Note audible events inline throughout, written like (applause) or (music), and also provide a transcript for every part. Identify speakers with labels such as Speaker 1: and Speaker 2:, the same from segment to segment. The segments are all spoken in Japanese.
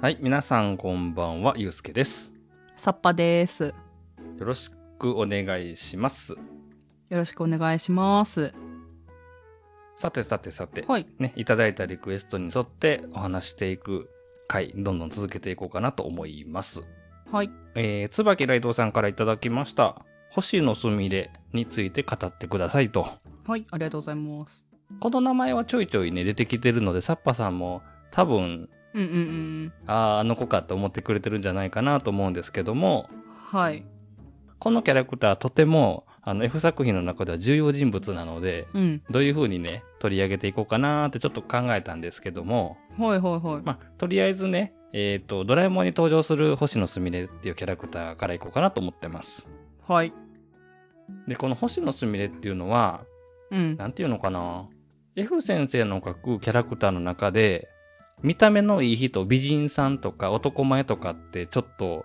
Speaker 1: はい、皆さんこんばんは、ゆうすけです。
Speaker 2: さっぱです。
Speaker 1: よろしくお願いします。
Speaker 2: よろしくお願いします。
Speaker 1: さてさてさて、
Speaker 2: はい。
Speaker 1: ね、いただいたリクエストに沿ってお話していく回、どんどん続けていこうかなと思います。
Speaker 2: はい。
Speaker 1: えー、椿雷道さんからいただきました。星野すみれについて語ってくださいと。
Speaker 2: はい。ありがとうございます。
Speaker 1: この名前はちょいちょいね、出てきてるので、サッパさんも多分、
Speaker 2: うんうんうん。
Speaker 1: ああ、あの子かと思ってくれてるんじゃないかなと思うんですけども、
Speaker 2: はい。
Speaker 1: このキャラクターとても、あの F 作品の中では重要人物なので、
Speaker 2: うん。
Speaker 1: どういう風にね、取り上げていこうかなーってちょっと考えたんですけども、
Speaker 2: はいはいはい。
Speaker 1: まあ、とりあえずね、えっ、と、ドラえもんに登場する星野すみれっていうキャラクターからいこうかなと思ってます。
Speaker 2: はい。
Speaker 1: で、この星野すみれっていうのは、
Speaker 2: うん。
Speaker 1: なんていうのかな F 先生の描くキャラクターの中で、見た目のいい人、美人さんとか男前とかってちょっと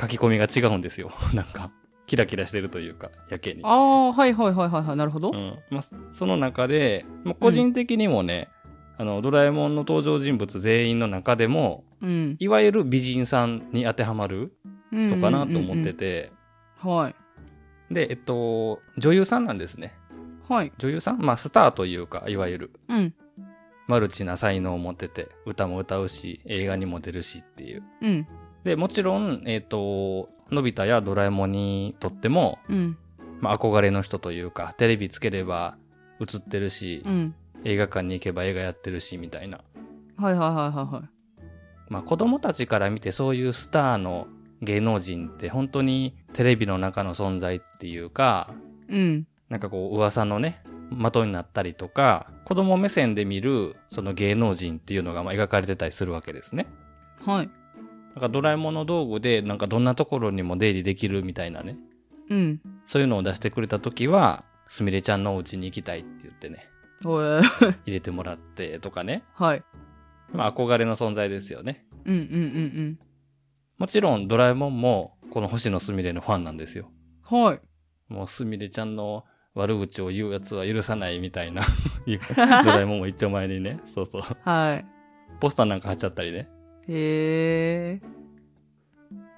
Speaker 1: 書き込みが違うんですよ。 (laughs) なんか、キラキラしてるというか、やけに。
Speaker 2: ああ、はいはいはいはいはい。なるほど。
Speaker 1: うんまあ、その中で、まあ、個人的にもね、あのドラえもんの登場人物全員の中でも
Speaker 2: うん。
Speaker 1: いわゆる美人さんに当てはまる人かなと思って
Speaker 2: て。
Speaker 1: て、
Speaker 2: はい。
Speaker 1: でえっと女優さんなんですね
Speaker 2: はい。
Speaker 1: 女優さんまあスターというかいわゆる
Speaker 2: うん。
Speaker 1: マルチな才能を持ってて歌も歌うし映画にも出るしっていう
Speaker 2: うん。
Speaker 1: でもちろんえっとのび太やドラえもんにとっても、
Speaker 2: うん。
Speaker 1: まあ、憧れの人というかテレビつければ映ってるし、
Speaker 2: うん。
Speaker 1: 映画館に行けば映画やってるしみたいな
Speaker 2: はいはいはいはいはい。
Speaker 1: まあ、子供たちから見てそういうスターの芸能人って本当にテレビの中の存在っていうか
Speaker 2: うん。
Speaker 1: なんかこう噂のね的になったりとか子供目線で見るその芸能人っていうのがまあ描かれてたりするわけですね。
Speaker 2: はい。
Speaker 1: だからドラえもんの道具でなんかどんなところにも出入りできるみたいなね
Speaker 2: うん。
Speaker 1: そういうのを出してくれた時はすみれちゃんのお家に行きたいって言ってね
Speaker 2: おえ
Speaker 1: 入れてもらってとかね、
Speaker 2: (laughs) はい。
Speaker 1: まあ、憧れの存在ですよね。
Speaker 2: うんうんうん
Speaker 1: もちろんドラえもんもこの星野すみれのファンなんですよ。
Speaker 2: うん。はい。 (laughs)
Speaker 1: もうすみれちゃんの悪口を言うやつは許さないみたいないうドラえもんも一丁前にねそうそう
Speaker 2: はい。
Speaker 1: ポスターなんか貼っちゃったりね、
Speaker 2: へえ。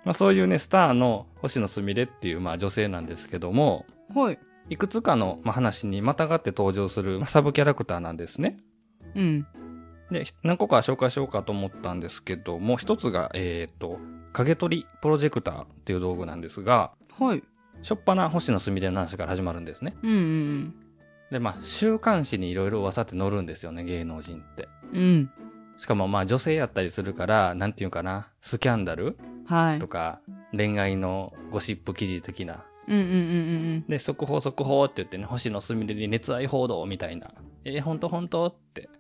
Speaker 1: まあ、そういうねスターの星野すみれっていう、まあ、女性なんですけども
Speaker 2: (laughs) はい。
Speaker 1: いくつかの、まあ、話にまたがって登場するまあサブキャラクターなんですね
Speaker 2: うん。
Speaker 1: で何個か紹介しようかと思ったんですけども一つがえっ、と影取りプロジェクターっていう道具なんですが
Speaker 2: はい。
Speaker 1: しょっぱな星野すみれの話から始まるんですね
Speaker 2: うんうん
Speaker 1: でまあ週刊誌にいろいろ噂って載るんですよね芸能人って
Speaker 2: うん。うん。
Speaker 1: しかもまあ女性やったりするから、なんていうかな、スキャンダル
Speaker 2: はい。
Speaker 1: とか、恋愛のゴシップ記事的な。
Speaker 2: うんうんうん
Speaker 1: で、速報速報って言ってね、星野すみれに熱愛報道みたいな。えー、ほんとほんとって。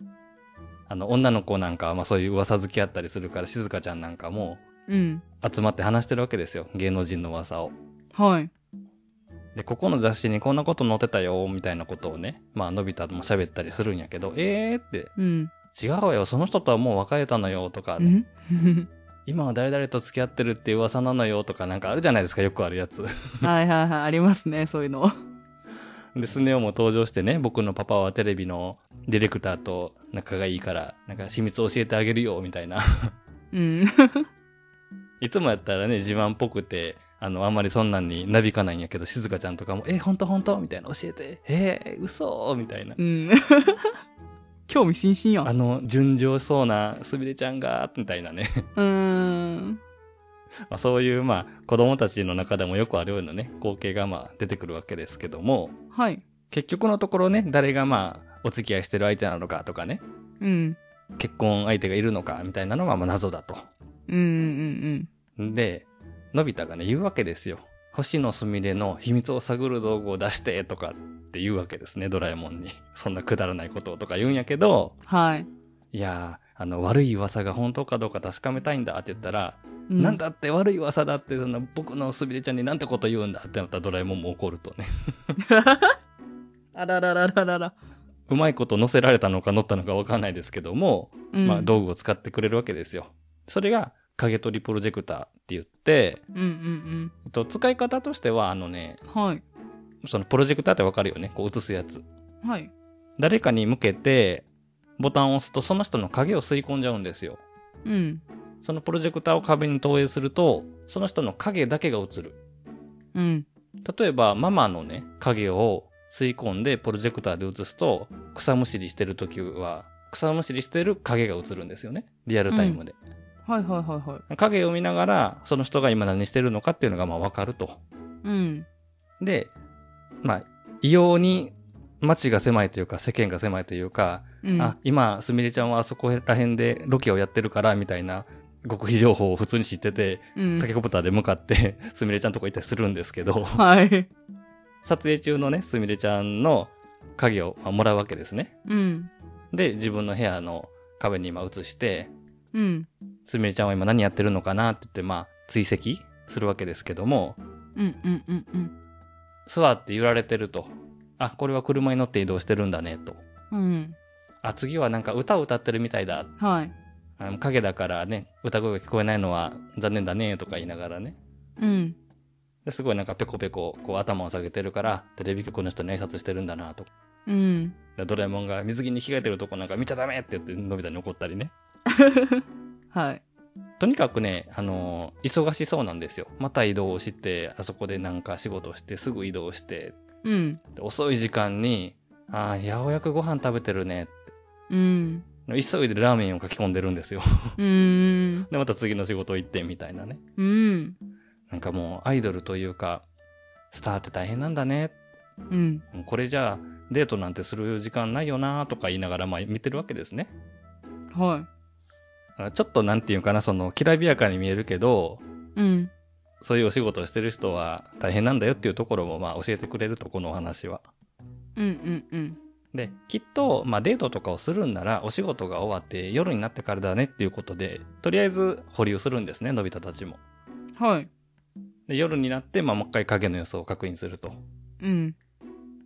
Speaker 1: あの、女の子なんかはまあそういう噂好きやったりするから、静香ちゃんなんかも
Speaker 2: うんうん。
Speaker 1: 集まって話してるわけですよ。芸能人の噂を。
Speaker 2: うん。はい。
Speaker 1: で、ここの雑誌にこんなこと載ってたよ、みたいなことをね、まあ、のび太とも喋ったりするんやけど、えーって、
Speaker 2: うん。
Speaker 1: 違うわよ、その人とはもう別れたのよ、とか
Speaker 2: う
Speaker 1: ね、 (laughs)
Speaker 2: ん
Speaker 1: 今は誰々と付き合ってるって噂なのよとかなんかあるじゃないですかよくあるやつ (laughs)
Speaker 2: はいはいはい。ありますね、そういうの。
Speaker 1: でスネ夫も登場してね僕のパパはテレビのディレクターと仲がいいからなんか秘密教えてあげるよみたいな (laughs)
Speaker 2: うん。
Speaker 1: いつもやったらね自慢っぽくてあのあんまりそんなんになびかないんやけど静香ちゃんとかも「え本当本当みたいな教えてえー、嘘みたいな
Speaker 2: うん。 (laughs) 興味津々や
Speaker 1: あ
Speaker 2: ん。
Speaker 1: の純情そうなすみれちゃんがみたいなね、 (laughs)
Speaker 2: うーん。
Speaker 1: まあ、そういうまあ子供たちの中でもよくあるようなね光景がまあ出てくるわけですけども
Speaker 2: はい。
Speaker 1: 結局のところね誰がまあお付き合いしてる相手なのかとかね
Speaker 2: うん。
Speaker 1: 結婚相手がいるのかみたいなのはまあ謎だと。
Speaker 2: うんうん
Speaker 1: でのび太がね言うわけですよ。星野すみれの秘密を探る道具を出してとかって言うわけですねドラえもんに。そんなくだらないことをとか言うんやけど
Speaker 2: うん。はい。
Speaker 1: いやーあの悪い噂が本当かどうか確かめたいんだって言ったら、
Speaker 2: う
Speaker 1: なんだって悪い噂だってそんな僕のすみれちゃんになんてこと言うんだってなったらドラえもんも怒るとね
Speaker 2: (laughs) あらららららら。
Speaker 1: うまいこと乗せられたのか乗ったのかわかんないですけども
Speaker 2: うん
Speaker 1: まあ、道具を使ってくれるわけですよ。それが影取りプロジェクターって言って、
Speaker 2: うんうん
Speaker 1: えっと、使い方としてはあのね
Speaker 2: うん。はい。
Speaker 1: そのプロジェクターってわかるよねこう映すやつ
Speaker 2: はい。
Speaker 1: 誰かに向けてボタンを押すとその人の影を吸い込んじゃうんですよ
Speaker 2: うん。
Speaker 1: そのプロジェクターを壁に投影すると、その人の影だけが映る。
Speaker 2: うん。
Speaker 1: 例えば、ママのね、影を吸い込んでプロジェクターで映すと、草むしりしてる時は、草むしりしてる影が映るんですよね。リアルタイムで。
Speaker 2: はいはいはいはい。
Speaker 1: 影を見ながら、その人が今何してるのかっていうのがまあわかると。
Speaker 2: うん。
Speaker 1: で、まあ、異様に街が狭いというか、世間が狭いというか、
Speaker 2: うん。
Speaker 1: あ、今、すみれちゃんはあそこら辺でロケをやってるから、みたいな極秘情報を普通に知ってて、
Speaker 2: うん
Speaker 1: タ。ケコプターで向かって、 (laughs) すみれちゃんのとこ行ったりするんですけど、 (laughs)
Speaker 2: はい。
Speaker 1: 撮影中のね、すみれちゃんの影をまあもらうわけですね。
Speaker 2: うん。
Speaker 1: で、自分の部屋の壁に今映して、
Speaker 2: うん。
Speaker 1: すみれちゃんは今何やってるのかなって言って、まあ、追跡するわけですけども、
Speaker 2: うんうんうんうん。
Speaker 1: 座って揺られてると。あ、これは車に乗って移動してるんだね、と。
Speaker 2: うん。
Speaker 1: あ、次はなんか歌を歌ってるみたいだ。
Speaker 2: はい。
Speaker 1: あの影だからね、歌声が聞こえないのは残念だね、とか言いながらね。
Speaker 2: うん。
Speaker 1: ですごいなんかペコペコこう頭を下げてるから、テレビ局の人に挨拶してるんだな、とか。
Speaker 2: うん。
Speaker 1: でドラえもんが水着に着替えてるとこなんか見ちゃダメって言って、のび太に怒ったりね。
Speaker 2: はい。
Speaker 1: とにかくね、あのー忙しそうなんですよ。また移動をして、あそこでなんか仕事をして、すぐ移動して、
Speaker 2: うん。
Speaker 1: で遅い時間に、ああ、ようやくご飯食べてるね。
Speaker 2: うん。
Speaker 1: 急いでラーメンを書き込んでるんですよ。 (laughs)
Speaker 2: うーん。
Speaker 1: で、また次の仕事行ってみたいなね。
Speaker 2: うん。
Speaker 1: なんかもうアイドルというか、スターって大変なんだね。
Speaker 2: うん。
Speaker 1: もうこれじゃあデートなんてする時間ないよなとか言いながらまあ見てるわけですね。
Speaker 2: は
Speaker 1: あちょっとなんていうかな、そのきらびやかに見えるけど、
Speaker 2: い。うん。
Speaker 1: そういうお仕事をしてる人は大変なんだよっていうところもまあ教えてくれると、このお話は。
Speaker 2: うんうんうん。
Speaker 1: で、きっと、まあデートとかをするんならお仕事が終わって夜になってからだねっていうことで、とりあえず保留するんですね、のび太たちも。
Speaker 2: はい。
Speaker 1: で、夜になって、まあもう一回影の様子を確認すると。
Speaker 2: うん。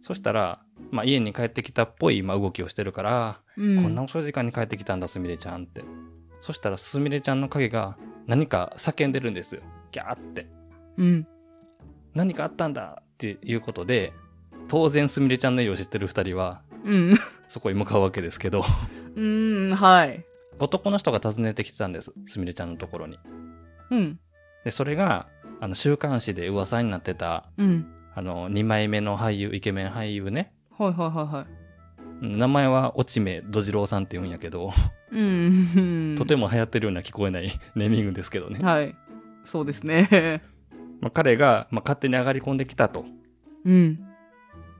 Speaker 1: そしたら、まあ、家に帰ってきたっぽい今動きをしてるから、
Speaker 2: うん。
Speaker 1: こんな遅い時間に帰ってきたんだ、すみれちゃんって。そしたら、すみれちゃんの影が何か叫んでるんですよ。ギャーって。
Speaker 2: うん。
Speaker 1: 何かあったんだっていうことで、当然すみれちゃんの家を知ってる二人は、
Speaker 2: うん。
Speaker 1: そこへ向かうわけですけど、
Speaker 2: うん。はい。
Speaker 1: 男の人が訪ねてきてたんです。すみれちゃんのところに。
Speaker 2: うん。
Speaker 1: で、それが、あの、週刊誌で噂になってた、
Speaker 2: うん。
Speaker 1: あの、二枚目の俳優、イケメン俳優ね。
Speaker 2: はいはいはいはい。
Speaker 1: うん名前は、落ち目どじろうさんって言うんやけど、
Speaker 2: うん。
Speaker 1: とても流行ってるような聞こえない (laughs) ネーミングですけどね。
Speaker 2: はい。そうですね。
Speaker 1: まあ、彼が、まあ、勝手に上がり込んできたと。
Speaker 2: うん。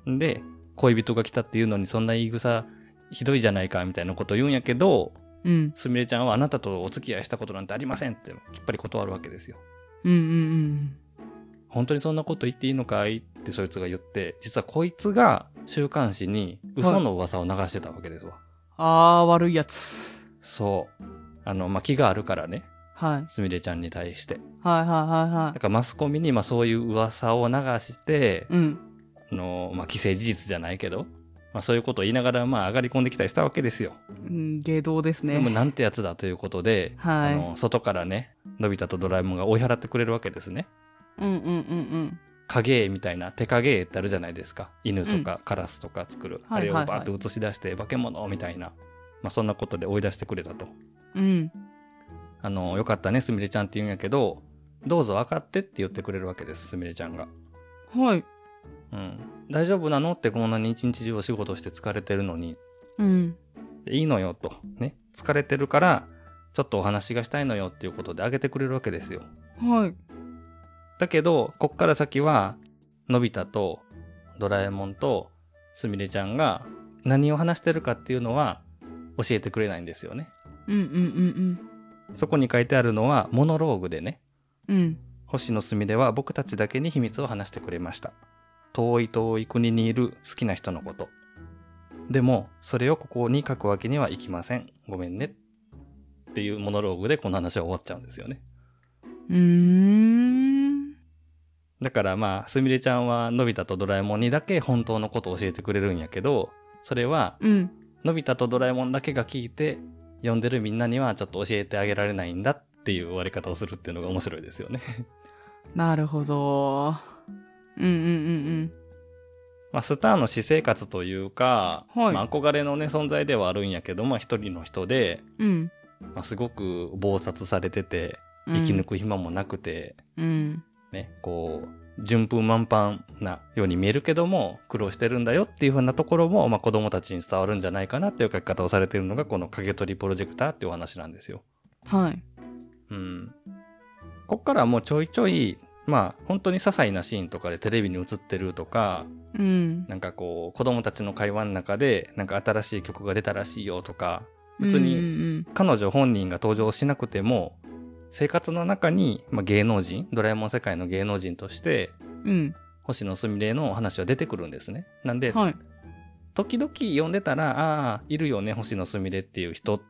Speaker 1: んで、恋人が来たっていうのにそんな言い草ひどいじゃないかみたいなことを言うんやけど、
Speaker 2: うん。
Speaker 1: すみれちゃんはあなたとお付き合いしたことなんてありませんってきっぱり断るわけですよ。
Speaker 2: うんうん
Speaker 1: 本当にそんなこと言っていいのかいってそいつが言って、実はこいつが週刊誌に嘘の噂を流してたわけですわ。
Speaker 2: あー、悪いやつ。
Speaker 1: そう。あの、まあ、気があるからね。
Speaker 2: はい。
Speaker 1: すみれちゃんに対して。
Speaker 2: はいはいはいは
Speaker 1: だ
Speaker 2: い。
Speaker 1: からマスコミにまあそういう噂を流して、
Speaker 2: うん。
Speaker 1: あの、まあ、既成事実じゃないけど、まあ、そういうことを言いながら、まあ、上がり込んできたりしたわけですよ。
Speaker 2: うん、下道です
Speaker 1: でも、
Speaker 2: ね。
Speaker 1: なんてやつだということで、
Speaker 2: はい
Speaker 1: あの、外からね、のび太とドラえもんが追い払ってくれるわけですね。
Speaker 2: うんうんうん
Speaker 1: 影絵みたいな、手影絵ってあるじゃないですか。犬とかカラスとか作る。
Speaker 2: はいはい
Speaker 1: あ
Speaker 2: はい
Speaker 1: れをバーッと映し出して、化け物みたいな。まあ、そんなことで追い出してくれたと。
Speaker 2: うん。うん。
Speaker 1: あの、よかったね、すみれちゃんって言うんやけど、どうぞ分かってって言ってくれるわけです、すみれちゃんが。
Speaker 2: はい。
Speaker 1: うん。大丈夫なのってこんなに一日中お仕事して疲れてるのに
Speaker 2: うん。
Speaker 1: いいのよと。ね。疲れてるから、ちょっとお話がしたいのよっていうことであげてくれるわけですよ。
Speaker 2: はい。
Speaker 1: だけど、こっから先は、のび太とドラえもんとすみれちゃんが何を話してるかっていうのは教えてくれないんですよね。
Speaker 2: うんうんうん
Speaker 1: そこに書いてあるのはモノローグでね、
Speaker 2: うん。うん。
Speaker 1: 星野すみれは僕たちだけに秘密を話してくれました。遠い遠い国にいる好きな人のこと。でも、それをここに書くわけにはいきません。ごめんね。っていうモノローグでこの話は終わっちゃうんですよね。
Speaker 2: うーん。
Speaker 1: だからまあ、すみれちゃんはのび太とドラえもんにだけ本当のことを教えてくれるんやけど、それは
Speaker 2: うん。
Speaker 1: のび太とドラえもんだけが聞いて、読んでるみんなにはちょっと教えてあげられないんだっていう終わり方をするっていうのが面白いですよね。
Speaker 2: なるほど。うんうん
Speaker 1: まあ、スターの私生活というか、
Speaker 2: はい
Speaker 1: まあ、憧れのね、存在ではあるんやけど、まあ、一人の人で、
Speaker 2: うんうん。うん。
Speaker 1: まあ、すごく忙殺されてて、
Speaker 2: うん
Speaker 1: 生き抜く暇もなくて、
Speaker 2: うん。
Speaker 1: ね、こう、順風満帆なように見えるけども、苦労してるんだよっていうふうなところも、まあ、子供たちに伝わるんじゃないかなっていう書き方をされてるのが、この影取りプロジェクターっていうお話なんですよ。
Speaker 2: はい。
Speaker 1: うん。こっからはもうちょいちょい、まあ、本当に些細なシーンとかでテレビに映ってるとか、
Speaker 2: うん。
Speaker 1: なんかこう、子供たちの会話の中で、なんか新しい曲が出たらしいよとか、別に
Speaker 2: うん
Speaker 1: 彼女本人が登場しなくても、生活の中に、まあ、芸能人、ドラえもん世界の芸能人として、
Speaker 2: うんうん。
Speaker 1: 星野すみれのお話は出てくるんですね。なん
Speaker 2: う
Speaker 1: で
Speaker 2: ん。、はい。
Speaker 1: 時々読んでたら、ああ、いるよね、星野すみれっていう人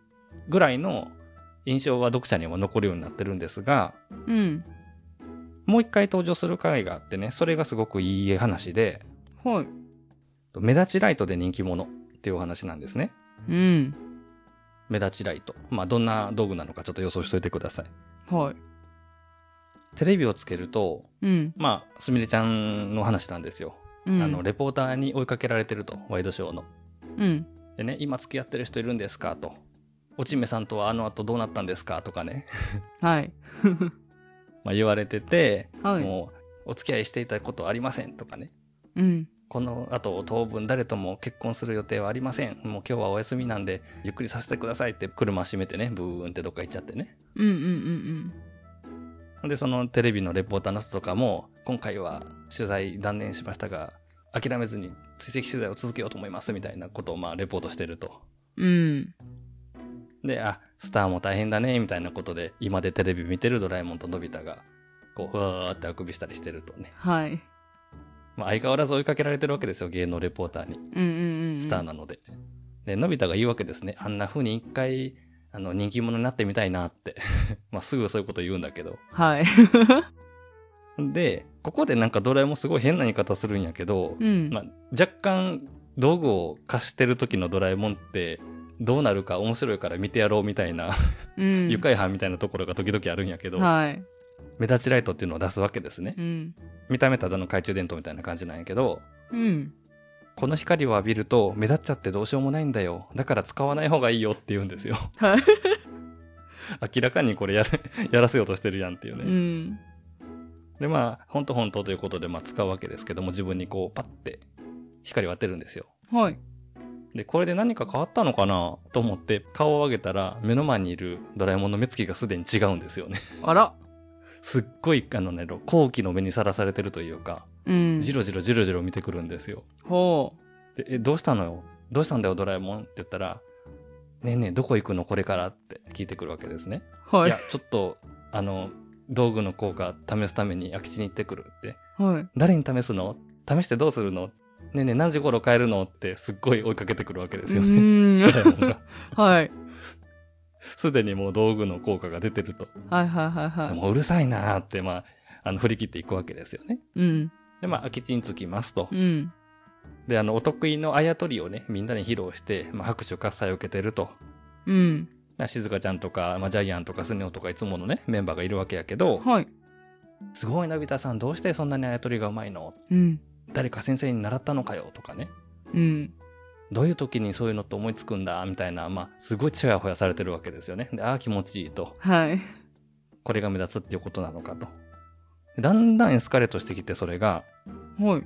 Speaker 1: ぐらいの印象は読者にも残るようになってるんですが、
Speaker 2: うん。
Speaker 1: もう一回登場する回があってね、それがすごくいい話で、
Speaker 2: はい。
Speaker 1: 目立ちライトで人気者っていうお話なんですね。
Speaker 2: うん。
Speaker 1: 目立ちライト。まあ、どんな道具なのかちょっと予想しといてください。
Speaker 2: はい。
Speaker 1: テレビをつけると、
Speaker 2: うん。
Speaker 1: まあ、すみれちゃんの話なんですよ。
Speaker 2: うん。
Speaker 1: あの、レポーターに追いかけられてると、ワイドショーの。
Speaker 2: うん。
Speaker 1: でね、今付き合ってる人いるんですかと。おちめさんとはあの後どうなったんですかとかね、 (laughs)
Speaker 2: はい。
Speaker 1: まあ、言われてて、
Speaker 2: はい。
Speaker 1: もう、お付き合いしていたことありませんとかね。
Speaker 2: うん。
Speaker 1: この後当分誰とも結婚する予定はありません。もう今日はお休みなんで、ゆっくりさせてくださいって車閉めてね、ブーンってどっか行っちゃってね。
Speaker 2: うんうんうん
Speaker 1: で、そのテレビのレポーターの人とかも、今回は取材断念しましたが、諦めずに追跡取材を続けようと思いますみたいなことをまあレポートしてると。
Speaker 2: うん。うん。
Speaker 1: で、あ、スターも大変だね、みたいなことで、今でテレビ見てるドラえもんとのび太が、こう、ふわーってあくびしたりしてるとね。
Speaker 2: はい。
Speaker 1: まあ相変わらず追いかけられてるわけですよ、芸能レポーターに。
Speaker 2: うんうんうん。
Speaker 1: スターなので。で、のび太が言うわけですね。あんな風に一回、あの、人気者になってみたいなって。 (laughs) まあ、すぐそういうこと言うんだけど。
Speaker 2: はい。
Speaker 1: で、ここでなんかドラえもんすごい変な言い方するんやけど、
Speaker 2: うん。
Speaker 1: (laughs) まあ、若干、道具を貸してる時のドラえもんって、どうなるか面白いから見てやろうみたいな、
Speaker 2: うん。
Speaker 1: 愉快犯みたいなところが時々あるんやけど、
Speaker 2: はい。
Speaker 1: 目立ちライトっていうのを出すわけですね
Speaker 2: う。ん。
Speaker 1: 見た目ただの懐中電灯みたいな感じなんやけど、
Speaker 2: うん。
Speaker 1: この光を浴びると目立っちゃってどうしようもないんだよ。だから使わない方がいいよって言うんですよ。
Speaker 2: はい。
Speaker 1: (laughs) 明らかにこれやる (laughs) やらせようとしてるやんっていうね。
Speaker 2: うん。
Speaker 1: で、まあ、ほんとほんとということで、まあ、使うわけですけども、自分にこう、パッて光を当てるんですよ。
Speaker 2: はい。
Speaker 1: で、これで何か変わったのかなと思って、顔を上げたら、目の前にいるドラえもんの目つきがすでに違うんですよね。 (laughs)
Speaker 2: あら。
Speaker 1: すっごい、あのね、後期の目にさらされてるというか、
Speaker 2: うん。
Speaker 1: じろじろじろじろ見てくるんですよ。
Speaker 2: ほ
Speaker 1: で、え、どうしたのよどうしたんだよ、ドラえもんって言ったら、ねえねえ、どこ行くのこれからって聞いてくるわけですね。
Speaker 2: う。はいい
Speaker 1: や。、ちょっと、あの、道具の効果試すために空き地に行ってくるって。
Speaker 2: はい。
Speaker 1: 誰に試すの試してどうするのねえねえ、何時頃帰るのってすっごい追いかけてくるわけで
Speaker 2: う
Speaker 1: すよね。 (laughs)
Speaker 2: ん。
Speaker 1: ドラえもんが
Speaker 2: はい。
Speaker 1: すでにもう道具の効果が出てると。
Speaker 2: はいはいはいはい。
Speaker 1: もううるさいなーって、まあ、あの、振り切っていくわけですよね。
Speaker 2: うん。
Speaker 1: で、まあ、空き地に着きますと
Speaker 2: う。ん。
Speaker 1: で、あの、お得意のあやとりをね、みんなに披露して、まあ、拍手喝采を受けてると。
Speaker 2: うん。
Speaker 1: な静香ちゃんとか、まあ、ジャイアンとかスネ夫とかいつものね、メンバーがいるわけやけど、
Speaker 2: はい。
Speaker 1: すごいのび太さん、どうしてそんなにあやとりがうまいの
Speaker 2: うん。
Speaker 1: 誰か先生に習ったのかよとかね。
Speaker 2: うん。
Speaker 1: どういう時にそういうのって思いつくんだみたいな、まあ、すごいちやほやされてるわけですよね。で、ああ、気持ちいいと。
Speaker 2: はい。
Speaker 1: これが目立つっていうことなのかと。だんだんエスカレートしてきて、それが、
Speaker 2: はい。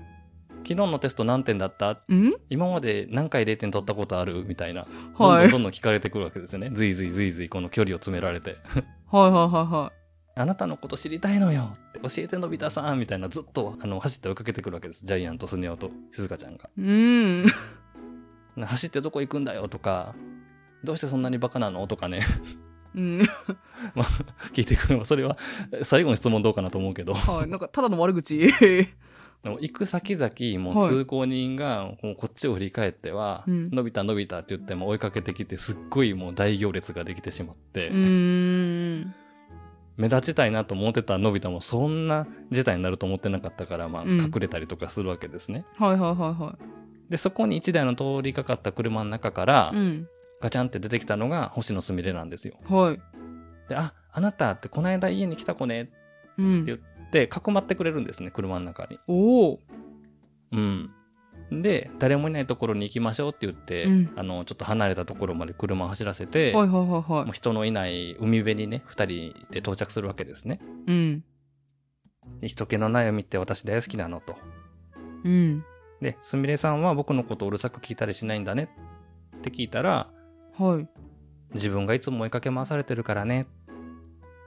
Speaker 1: 昨日のテスト何点だった
Speaker 2: うん
Speaker 1: 今まで何回0点取ったことあるみたいな。どん
Speaker 2: は
Speaker 1: どん
Speaker 2: い。
Speaker 1: どんどん聞かれてくるわけですよね。ずいずいずいずいこの距離を詰められて。
Speaker 2: はいはいはいは
Speaker 1: あなたのこと知りたいのよって教えてのび太さんみたいなずっとあの走って追いかけてくるわけです。ジャイアンとスネ夫と静香ちゃんが。
Speaker 2: い。うん。
Speaker 1: 走ってどこ行くんだよとか、どうしてそんなにバカなのとかね、 (laughs)
Speaker 2: うん。
Speaker 1: 聞いてくる。それは最後の質問どうかなと思うけど、
Speaker 2: はい。なんか、ただの
Speaker 1: (laughs)
Speaker 2: 悪口。
Speaker 1: でも行く先々、も
Speaker 2: は
Speaker 1: う
Speaker 2: い
Speaker 1: 通行人がもうこっちを振り返っては、
Speaker 2: うん
Speaker 1: のび太のび太って言っても追いかけてきて、すっごいもう大行列ができてしまって、
Speaker 2: うん。
Speaker 1: 目立ちたいなと思ってたのび太もそんな事態になると思ってなかったから、まあ
Speaker 2: うん
Speaker 1: 隠れたりとかするわけですね。
Speaker 2: はいはいはいは
Speaker 1: で、そこに1台の通りかかった車の中から
Speaker 2: い。う、ん。
Speaker 1: ガチャンって出てきたのが星野すみれなんですよ。
Speaker 2: はい。
Speaker 1: で、あ、あなたってこの間家に来た子ねって
Speaker 2: う
Speaker 1: 言
Speaker 2: ん。
Speaker 1: って、かくまってくれるんですね、車の中に。
Speaker 2: おお。
Speaker 1: うん。で誰もいないところに行きましょうって言って、
Speaker 2: うん
Speaker 1: あのちょっと離れたところまで車を走らせて、
Speaker 2: はいはい
Speaker 1: も
Speaker 2: はいは
Speaker 1: う人のいない海辺にね2人で到着するわけですね。
Speaker 2: い。うん。
Speaker 1: で人気のない海って私大好きなのと。
Speaker 2: うん。
Speaker 1: で「すみれさんは僕のことうるさく聞いたりしないんだね」って聞いたら
Speaker 2: はい。
Speaker 1: 「自分がいつも追いかけ回されてるからね」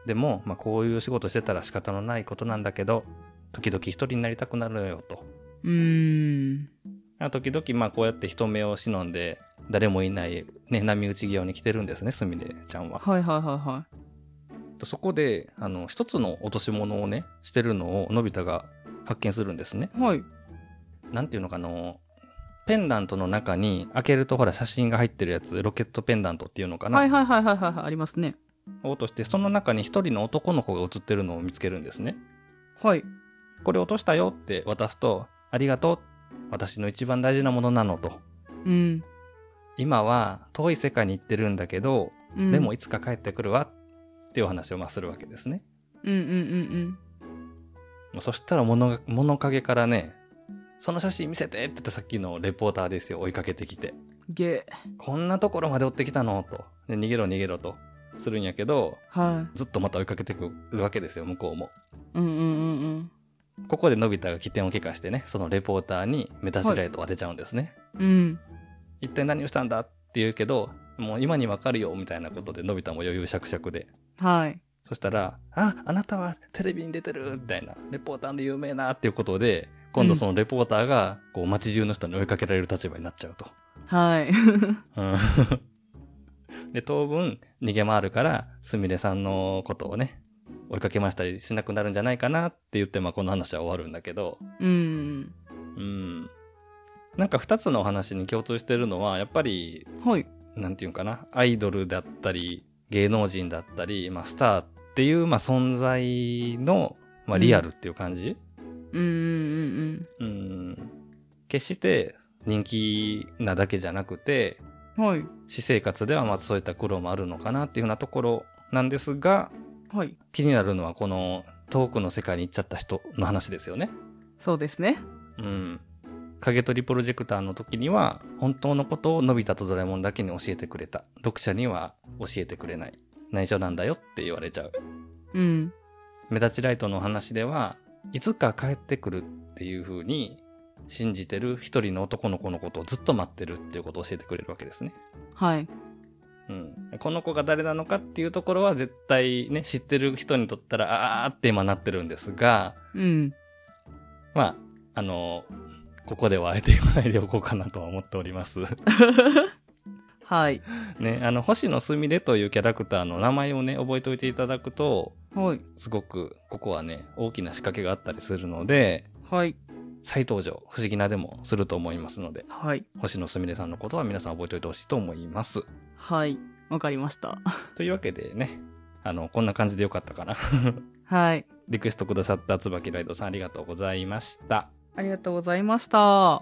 Speaker 1: でも、まあ、こういう仕事してたら仕方のないことなんだけど時々一人になりたくなるのよと。
Speaker 2: うーん。
Speaker 1: あ時々まあこうやって人目を忍んで誰もいない、ね、波打ち際に来てるんですねすみれちゃんは。
Speaker 2: はいはいはいは
Speaker 1: とそこであの一つの落とし物をねしてるのをのび太が発見するんですね。
Speaker 2: い。はい。
Speaker 1: なんていうのかなペンダントの中に開けるとほら写真が入ってるやつロケットペンダントっていうのかな、
Speaker 2: はいはいはいはいはいはい。ありますね。
Speaker 1: を落としてその中に一人の男の子が写ってるのを見つけるんですね。
Speaker 2: はい。
Speaker 1: これ落としたよって渡すとありがとう私の一番大事なものなのと。
Speaker 2: うん。
Speaker 1: 今は遠い世界に行ってるんだけど
Speaker 2: うん、
Speaker 1: でもいつか帰ってくるわっていうお話をまあするわけですね。
Speaker 2: うんうんうん
Speaker 1: もうそしたら物が物陰からね、その写真見せてって言ったさっきのレポーターですよ、追いかけてきて。
Speaker 2: うん。ゲ
Speaker 1: こんなところまで追ってきたのと。で逃げろ逃げろとするんやけど、
Speaker 2: ー。はい。
Speaker 1: ずっとまた追いかけてくるわけですよ、向こうも。
Speaker 2: うんうんうんうん。
Speaker 1: ここでのび太が起点を帰化してね、そのレポーターにメタジライトを当てちゃうんですね。
Speaker 2: うん。
Speaker 1: 一体何をしたんだって言うけど、もう今にわかるよ、みたいなことでのび太も余裕しゃくしゃくで。
Speaker 2: はい。
Speaker 1: そしたら、あ、あなたはテレビに出てるみたいな、レポーターで有名なっていうことで、今度そのレポーターが、こう街中の人に追いかけられる立場になっちゃうと。
Speaker 2: はい。 (laughs)
Speaker 1: うん、 (laughs) で、当分逃げ回るから、すみれさんのことをね、追いかけましたりしなくなるんじゃないかなって言って、まあこの話は終わるんだけど、
Speaker 2: うん。
Speaker 1: うん。なんか二つのお話に共通してるのは、やっぱり、
Speaker 2: はい。
Speaker 1: なんていうんかな、アイドルだったり、芸能人だったり、まあ、スターっていう、まあ、存在の、まあ、リアルっていう感じ、
Speaker 2: うんうんうん
Speaker 1: うん、決して人気なだけじゃなくて、
Speaker 2: うん。はい。
Speaker 1: 私生活ではまずそういった苦労もあるのかなっていうふうなところなんですが、
Speaker 2: はい。
Speaker 1: 気になるのはこの遠くの世界に行っちゃった人の話ですよね。
Speaker 2: そうですね。
Speaker 1: うん。影取りプロジェクターの時には、本当のことをのび太とドラえもんだけに教えてくれた。読者には教えてくれない。内緒なんだよって言われちゃう。
Speaker 2: うん。
Speaker 1: 目立ちライトの話では、いつか帰ってくるっていう風に信じてる一人の男の子のことをずっと待ってるっていうことを教えてくれるわけですね。
Speaker 2: はい。
Speaker 1: うん。この子が誰なのかっていうところは絶対ね、知ってる人にとったら、あーって今なってるんですが、
Speaker 2: うん。
Speaker 1: まあ、あの、ここではあえて言わないでおこうかなとは思っております。 (laughs)
Speaker 2: はい。
Speaker 1: ね、あの、星野すみれというキャラクターの名前をね、覚えておいていただくと、
Speaker 2: はい。
Speaker 1: すごく、ここはね、大きな仕掛けがあったりするので、
Speaker 2: はい。
Speaker 1: 再登場、不思議なでもすると思いますので、
Speaker 2: はい。
Speaker 1: 星野すみれさんのことは皆さん覚えておいてほしいと思います。
Speaker 2: はい。わかりました。
Speaker 1: というわけでね、あの、こんな感じでよかったかな。
Speaker 2: はい。
Speaker 1: リクエストくださった椿ライドさんありがとうございました。
Speaker 2: ありがとうございました。